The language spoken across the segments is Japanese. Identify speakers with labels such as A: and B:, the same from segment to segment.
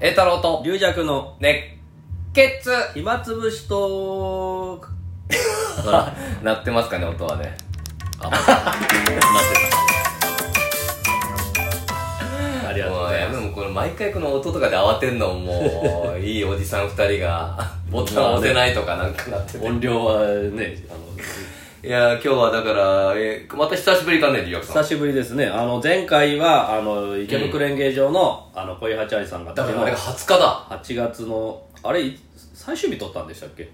A: 栄太郎と
B: 龍尺の
A: 熱血
B: 暇つぶしト ーク
A: なってますかね音はね
B: ありがとう
A: も
B: ご
A: う
B: ざい
A: やめ
B: ます
A: もうこの毎回この音とかで慌てんのもういいおじさん二人 がボタンを押せないとかなんかなってて
B: 音量はねあの
A: いやー今日はだから、えーまた久しぶりかねリアクさん
B: 久しぶりですねあの前回はあの池袋演芸場の,、あの小井八愛さんが
A: だからあれが
B: 8
A: 20日だ
B: 月のあれい最終日撮ったんでしたっけ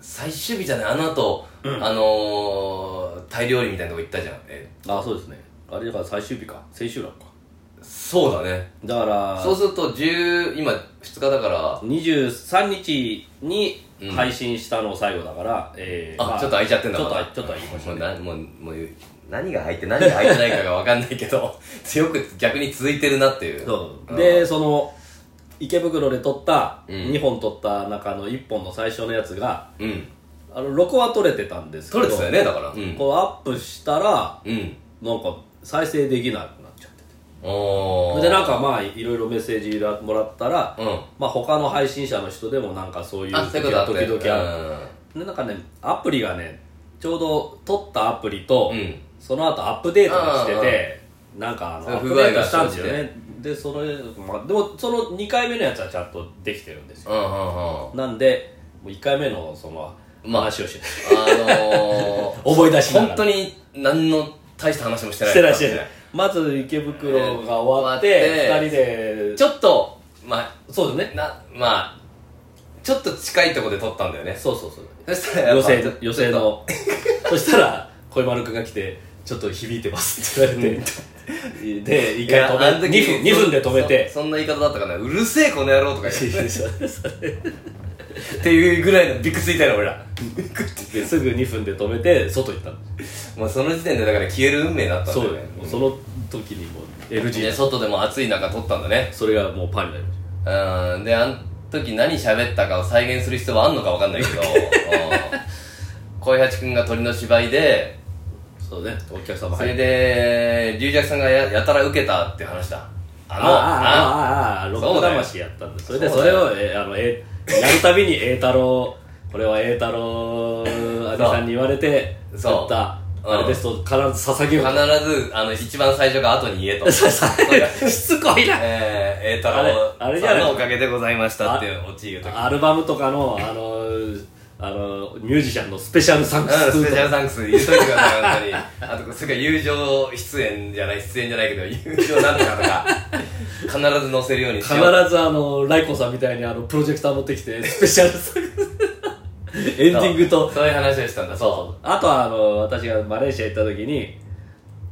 A: 最終日じゃないあの後、あのー、タイ料理みたいなとこ行ったじゃん、え
B: あそうですねあれだから最終日か千秋楽か
A: ーそうだね
B: だから
A: そうすると10今2日だから
B: 23日に配信したのを最後だから、えーま
A: あ、ちょっと開いちゃってんだ
B: ちょっと
A: ま
B: 開
A: だ
B: いちょっと開きました
A: もう
B: ね
A: なもうもう何が入って何が入ってないかが分かんないけど 強く逆に続いてるなっていう
B: そう
A: うん
B: でその池袋で撮った、
A: うん
B: 2本撮った中の1本の最初のやつが
A: うん
B: あの録画撮れてたんですけ
A: 取
B: ど
A: れてたよねだからうん
B: こうアップしたら
A: うん
B: なんか再生できなくなっちゃってて
A: おー
B: でなんかまあいろいろメッセージもらったら、
A: うん
B: まあ他の配信者の人でもなんかそういう
A: あそういうこ
B: 時
A: とあった
B: 々時々ある
A: る
B: でなんかねアプリがねちょうど撮ったアプリと、
A: うん
B: その後アップデートがしててなんかあの
A: そう
B: アッ
A: 不
B: プ
A: 具合
B: デ
A: が
B: ートしたんですよねでそれ、まあ、でもその2回目のやつはちゃんとできてるんですよ
A: うん うんうん
B: なんでもう1回目のその
A: まあ
B: 話をして、
A: あのー
B: 思い出しなが
A: 本
B: ら
A: 当に何の大した話もしてない
B: してらっしゃるまず池袋が終わって
A: 終わ
B: 2
A: って
B: 人で
A: ちょっとまあ
B: そうですね
A: なまあちょっと近いとこで撮ったんだよね
B: そうそうそう
A: そしたらや
B: 予
A: っぱ
B: 選予選のそしたら小山君が来て「ちょっと響いてます」って言われてで一回
A: いやあの
B: 止め
A: 時
B: 2分二分で止めて
A: そそんな言い方だったかなうるせえこの野郎とか言って
B: で
A: っていうぐらいのビッグついたよ 俺ら
B: すぐ2分で止めて外行ったの
A: もうその時点でだから消える運命だったん
B: そ
A: だ
B: う
A: よ
B: だ
A: ね
B: よもうその時にもう
A: で
B: LG
A: 外でも暑い中撮ったんだね
B: それがもうパンになりまし
A: うんであの時何喋ったかを再現する必要はあんのか分かんないけ どうん小井八君が鳥の芝居で
B: たそうねお客様
A: そ
B: 入
A: れ
B: っ
A: で龍尺さんがややたら受けたっていう話だあ
B: あ
A: の
B: あああああロッ
A: そう
B: ク
A: だよ
B: 魂やったんだそれで
A: そう
B: そ
A: だ
B: れ
A: よ
B: をえあのえやるたびに栄太郎これは栄太郎兄さんに言われて
A: そう
B: 作った
A: うん
B: あれですと必ず捧げよう
A: 必ずあの一番最初が後に言え と
B: しつこいな
A: えー、栄太
B: あれあ
A: 郎
B: れじ
A: さ
B: ゃ
A: ん
B: ない
A: のおかげでございましたっていうオチ言うとき
B: アルバムとかのあのあのミュージシャンのスペシャルサンクス
A: うん、スペ
B: と
A: シャル
B: か
A: サンクス言っといてください、本当に。あと、それから友情出演じゃない、出演じゃないけど、友情なんとかとか、必ず載せるようにし
B: 必
A: よう。
B: ずあのライコさんみたいにあのプロジェクター持ってきてスペシャル サンクスエンディングと
A: そうそういう話をしたんだ、そ
B: あとはあの私がマレーシア行った時に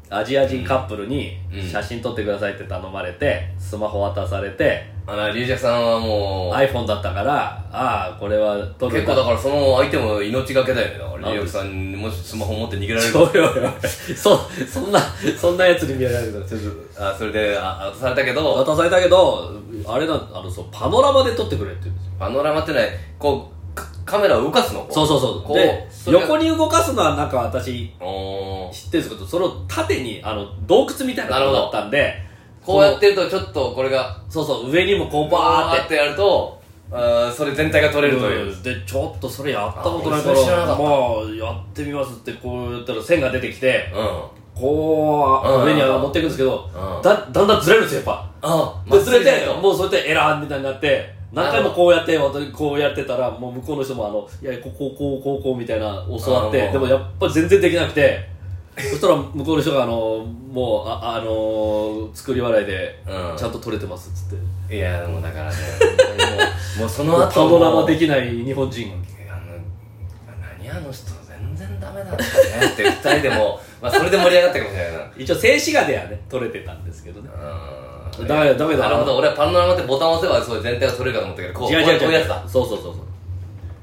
B: アジア人カップルに
A: うん
B: 写真撮ってくださいって頼まれて、スマホ渡されて
A: う。あの、龍尺さんはもう、
B: iPhone だったからああこれは撮る
A: 結
B: ん
A: 構だ
B: だ
A: からその相手も命がけだよね。だから
B: なん
A: 龍
B: で
A: 尺さんにもしスマホ持って逃げられる
B: そうよよそうそんなそんなやつに見られるの
A: ちょっと、あ、それで、あ、渡されたけど、
B: 渡されたけどあれだあのそうパノラマで撮ってくれって言うんですよ
A: パノラマってね、こう、カカメラを動かすのこ
B: そうそうそう
A: こう
B: で
A: それが
B: 横に動かすのはなんか私
A: おー
B: 知ってるんですけどそれを縦にあの洞窟みたいなのだったんで
A: こうやってると、ちょっとこれが、
B: そうそう上にもこう
A: バ
B: バー
A: ー
B: っ
A: っててやると、あーそれ全体が取れるという。
B: うんでちょっとそれやったことないか
A: あ俺そ
B: ら
A: れ知らなかった
B: まあやってみますってこうやったら線が出てきて
A: うん。
B: こ
A: うん
B: う上に上がっていくんですけど
A: うん
B: だだんだんずれるんですよやっ
A: あ
B: ぱでずれ
A: まっすぐだ
B: て
A: よ
B: もうそれでエラーみたいになって何回もこうやって私こうやってたらもう向こうの人もあのいやこうこうこうこうこうみたいな教わっ
A: う
B: て
A: ん
B: でもやっぱ全然できなくてそしたら向こうの人があのもうああのー作り笑いで
A: うん
B: ちゃんと取れてますっつって
A: いやもうだからね もうもうその
B: パ
A: 後
B: ノラ
A: も
B: マできない日本人
A: あの何あの人全然ダメなんだねって二人で もまあそれで盛り上がったかもしれないな
B: 一応静止画ではね撮れてたんですけどね
A: うーん
B: ダメだダメだ
A: なるほど俺はパノラマってボタンを押せばそう全体が取れるかと思ったけどこう
B: 違う違う違う
A: こういうやつだ
B: そうそうそうそう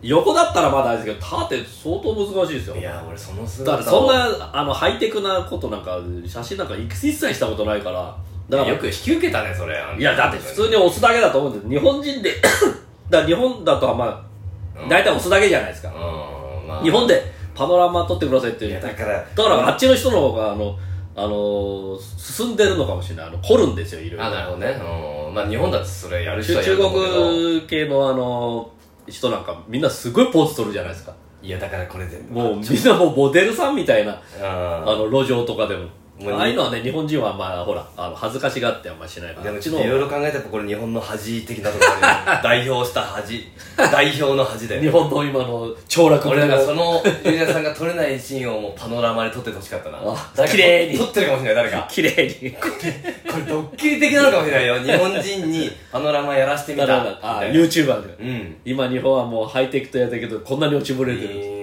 B: 横だったらまだあれですけど縦相当難しいですよ
A: いや俺その
B: だ
A: 姿
B: か
A: を
B: らそんなあのハイテクなことなんか写真なんか一切したことないからだから
A: よく引き受けたねそれ
B: いやだって普通に押すだけだと思うんです日本人で だから日本だとはまあ、
A: うん
B: 大体押すだけじゃないですか、
A: うんまあ
B: 日本でパノラマ撮ってくださいって
A: い
B: 言
A: や
B: うだ
A: だ
B: か
A: から
B: らあっちの人の方があのあの進んでるのかもしれないあの凝るんですよいろいろ
A: あなるほどね、うん、まあ日本だってそれやる人
B: 中
A: はやると思うけど
B: 国系のあの人なんかみんなすごいポーズ取るじゃないですか
A: いやだからこれ全部
B: もうみんなもうモデルさんみたいなあ
A: あ
B: の路上とかでも
A: もう
B: ああいうのはね日本人はまあほらあの恥ずかしがってあんましないから
A: でも
B: あっ
A: ち
B: ち
A: ょ
B: の
A: っといろいろ考えたらこれ日本の恥的なところだよね代表した 恥代表の恥だよ
B: 日
A: ね
B: 本の今の凋落
A: 俺なんかそ
B: の
A: のゆうやさんが撮れないシーンをもうパノラマで撮っててほしかったな
B: あ
A: 誰か
B: 綺麗に
A: 撮ってるかもしれない誰か
B: 綺麗に
A: これドッキリ的なのかもしれないよ日本人にパノラマやらしてみた
B: だ
A: み
B: からあ
A: たいな
B: YouTuber で
A: うん
B: 今日本はもうハイテクとやったけどこんなに落ちぶれてる
A: えー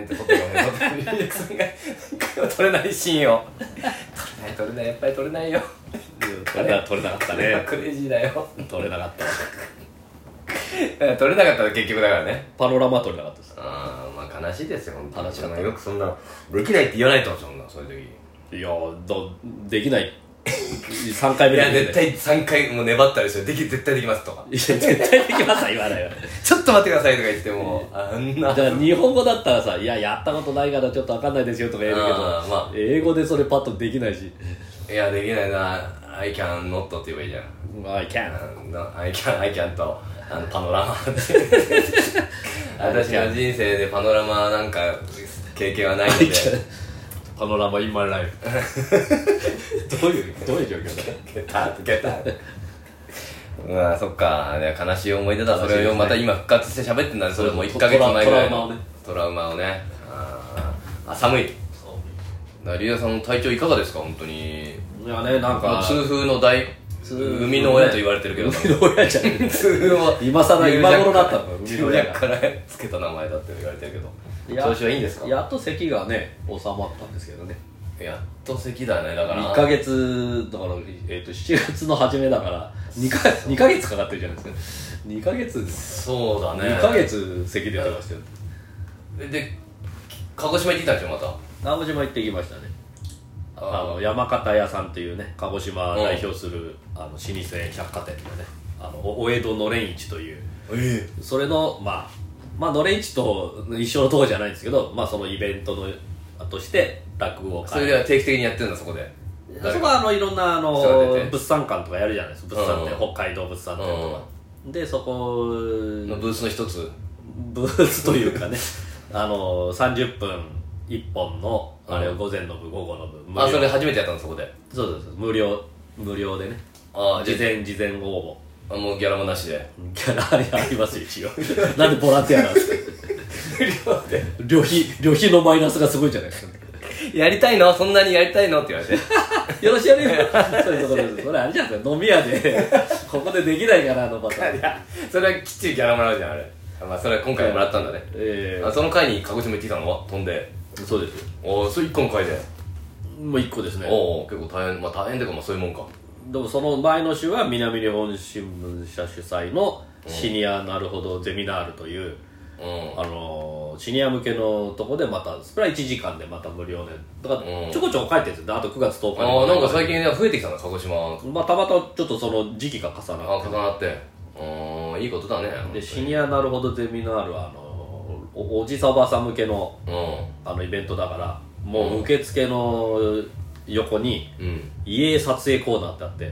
A: んって撮ってるかもしれないゆうやさんが 撮れないシーンを撮れない撮れないやっぱり撮れないよ
B: 取れな取れなかった
A: これは
B: ね
A: クレイジーだよ
B: 取れなかった
A: 撮れなかったら結局だからね
B: パノラマ取れなかったです
A: あーまあ悲しいですよ本当に
B: 悲しかった
A: よくそんなできないって言わないとそんなそういう
B: いやどできない3回
A: 時
B: 目
A: いや
B: で
A: 絶対3回もう粘ったりしてでき絶対できますと か
B: いや絶対できます言わないわ
A: ちょっと待ってくださいとか言ってもあんな
B: じゃあ日本語だったらさ「いややったことないからちょっと分かんないですよ」とか言えるけど、
A: あーまあ
B: 英語でそれパッとできないし
A: いやできないな I can not って言えばいいじゃん
B: 「まあ I can
A: あの I can I can とあのパノ ラマ私の人生でパノラマなんか経験はないので
B: パノラマ in my life」どう いうどういう状況だ
A: ゲッターゲッターうわそっかね悲しい思い出だそれをまた今復活して喋ってんだねそれもう1ヶ月前ぐらいのトラウマをねあーあ寒いなりやさんの体調いかがですか本当に
B: いやねなん
A: ま
B: か
A: あ痛風の大生みの親と言われてるけど
B: 生みの親じゃん
A: 痛風は
B: 今更今頃だったの
A: 中学からつけた名前だって言われてるけ
B: い
A: ど
B: や
A: 調子はいいんですか
B: やっと咳がね収まったんですけどね
A: やっと咳だねだから
B: 1ヶ月だから、えっと7月の初めだから2か二ヶ月かかってるじゃないですか2ヶ月です
A: そうだね
B: 2ヶ月咳出てましたよ
A: でで鹿児島行ってきたんでしょまた
B: 鹿児島行ってきましたね
A: あ
B: あの山形屋さんというね鹿児島を代表する、あの老舗百貨店のねあのおお江戸のれん市という
A: え
B: それのまあまあのれん市と一緒のとこじゃないんですけどまあそのイベントのとして落語
A: え
B: 会
A: それでは定期的にやってるんだそこで
B: そこはあのいろんなあの
A: そうだよね
B: 物産館とかやるじゃないですか物産
A: うんう
B: 展北海道物産展とか、でそこ
A: のブースの一つ
B: ブースというかね あの30分1本のあれ
A: う
B: を
A: ん
B: 午前の部午後の部無料
A: あそれ初めてやったのそこで
B: そうそうそう無料無料でね
A: あ
B: 事前事前応
A: あもうギャラもなしで
B: 募ギャラありありますよ一応 なんでボランティアな んですか旅費旅費のマイナスがすごいじゃないですか
A: やりたいのそんなにやりたいのって言わ れて
B: よろ しやるよそういうところですそれあれじゃないですか飲み屋でここでできないからあのパターン
A: それはきっちりギャラもらうじゃんあれあまあそれは今回もらったんだね
B: え
A: あその回に鹿児島行ってきたのは飛んで
B: えそうですよ
A: おおそれ一個の回で
B: もう1個ですね
A: おお結構大変まあ大変というかまあそういうもんか
B: でもその前の週は南日本新聞社主催のシニアなるほどゼミナールという、
A: うん
B: あのーシニア向けのとこでまたそれは1時間でまた無料でだから
A: うん
B: ちょこちょこ書いてるんですよであと9月10日に
A: ああなんか最近ね増えてきたな鹿児島
B: まあ、たまたまちょっとその時期が重
A: あ
B: な
A: 重
B: っ
A: なってうんいいことだね
B: てでシニアなるほどゼミナールはあのーおおじさおばさん向けの
A: う
B: あのイベントだからもう受付の横に
A: んうん
B: 家撮影コーナーってあって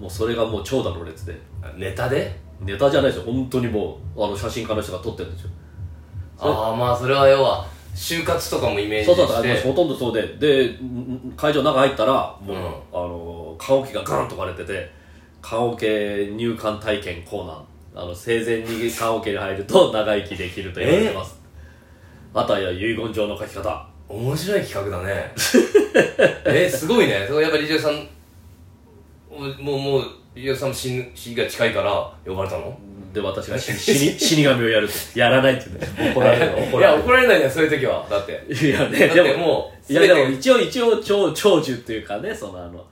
B: もうそれがもう長蛇の列で
A: ネタで
B: ネタじゃないですよ本当にもうあの写真家の人が撮ってるんですよそれ
A: ああまあそれは要は就活とかもイメージ
B: そうそうそう
A: し
B: あの
A: て
B: ほとんどそうででんん会場の中入ったらもう、
A: うん
B: あのカラオケがガンと割れててカラオケ入館体験コーナーあの生前にカラオケに入ると 長生きできると言われてます、あとは遺言状の書き方
A: 面白い企画だ ねえすごいねそうやっぱりリジョさんもうもうもうリジョさんも死ぬ死が近いから呼ばれたの
B: で 私が死に死に死神をやるとやらないってね怒られる怒
A: い
B: ら
A: や
B: れる
A: 怒られないねそういう時はだって
B: いやね
A: だって
B: でも
A: もう
B: いやで
A: 全
B: も
A: て
B: 一応一応長長寿っていうかねそのあの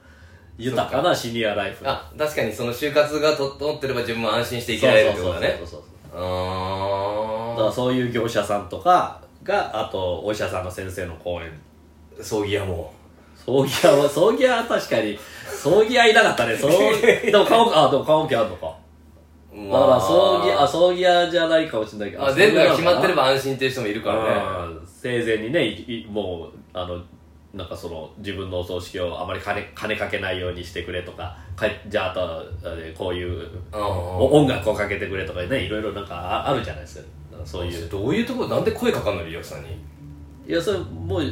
B: 豊かなシニアライフ
A: あ確かにその就活が整ってれば自分も安心していけられるってことだね
B: そうそうそうそう
A: う
B: だか
A: ー
B: らそういう業者さんとかがあとお医者さんの先生の講演
A: ん葬儀屋も
B: 葬儀屋は葬儀屋は確かに葬儀屋いなかっ たね葬儀でも顔あでも顔家あるのかだ
A: ま
B: から葬儀あ葬儀屋じゃないかもしれないけど
A: まあ全部が決まってれ
B: ば
A: ば安心っていう人もいるからね
B: 生前にねいいもうあのなんかその自分のお葬式をあまり金金かけないようにしてくれとかかじゃああとはえーこういうお音楽をかけてくれとかねいろいろなんかああるじゃないですかなんかそういう
A: どういうところなんで声かかんのリラクさんに
B: いやそれもう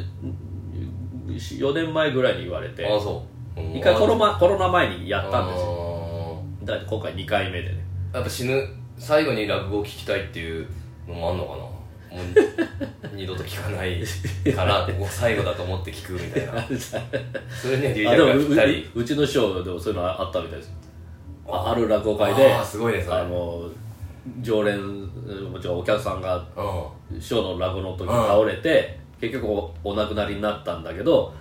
B: 4年前ぐらいに言われて
A: ああそう
B: 一回コロ
A: マ
B: ナコロナ前にや
A: や
B: ったんですよだから今回2回目でね
A: やっぱ死ぬ最後に落語を聞きたいっていうのもあんのかなもう二度と聞かないからここ最後だと思って聞くみたいなそれにはリ
B: あ
A: ラ
B: で
A: クが
B: もう
A: ぴったり
B: ううちの師匠でもそういうのあったみたいですあある落語会で
A: あーすごいねそれ
B: あの常連もちろんお客さんが
A: うんうん
B: 師匠の落語の時に倒れて、結局おお亡くなりになったんだけど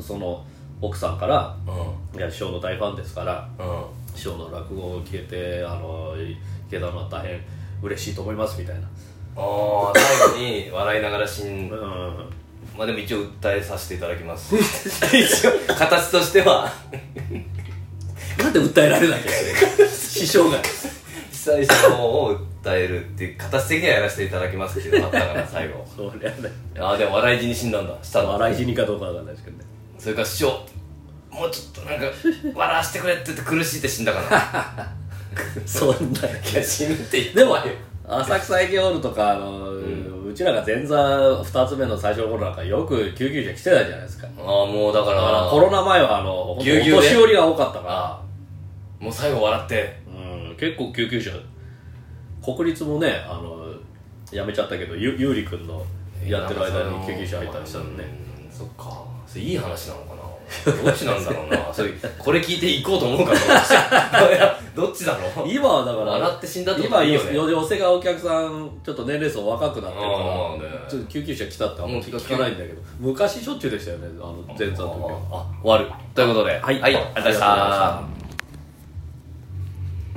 B: その奥さんから「いや師匠の大ファンですから
A: うん
B: 師匠の落語を聞けてあの聞けたのは大変嬉しいと思います」みたいな
A: ああ最後に笑いながら死ん
B: うん
A: まあでも一応訴えさせていただきます一応形としては
B: なんで訴えられなきゃいけない師匠が
A: 被災者の方を訴えるっていう形的にはやらせていただきますっていうのがあったから最後
B: そりゃね
A: ああでも笑い死に死んだんだしたの
B: 笑い死にかどうかわかんないですけどね
A: それから師匠もうちょっとなん か笑わせてくれって言って苦しいって死んだから
B: そんない
A: や死ぬって言って
B: でも浅草駅ホールとかあの、うちらが前座2つ目の最初の頃なんかよく救急車来てたじゃないですか
A: ああもうだか
B: だかららコロナ前はあのほんと
A: ぎゅうぎゅう
B: お
A: で
B: 年寄りが多かったか
A: ああもう最後笑って
B: ら、うん、結構救急車国立もねあのやめちゃったけどゆゆうりくんのやってる間に救急車入ったりしたのね
A: うんそっかそれいい話なのかなどっちなんだろう なそれこれ聞いて行こうと思うかな いやどっちだろう
B: 今はだから
A: 笑って死んだってこと
B: 今
A: いい
B: よ
A: よね
B: 寄せがお客さんちょっと年齢層若くなってるから
A: あーまあね
B: ちょっと救急車来たってあんま
A: もう
B: 聞かないんだけど昔しょっちゅうでしたよねあの前座の時は
A: あ終わるということで
B: はい
A: ありがとうございました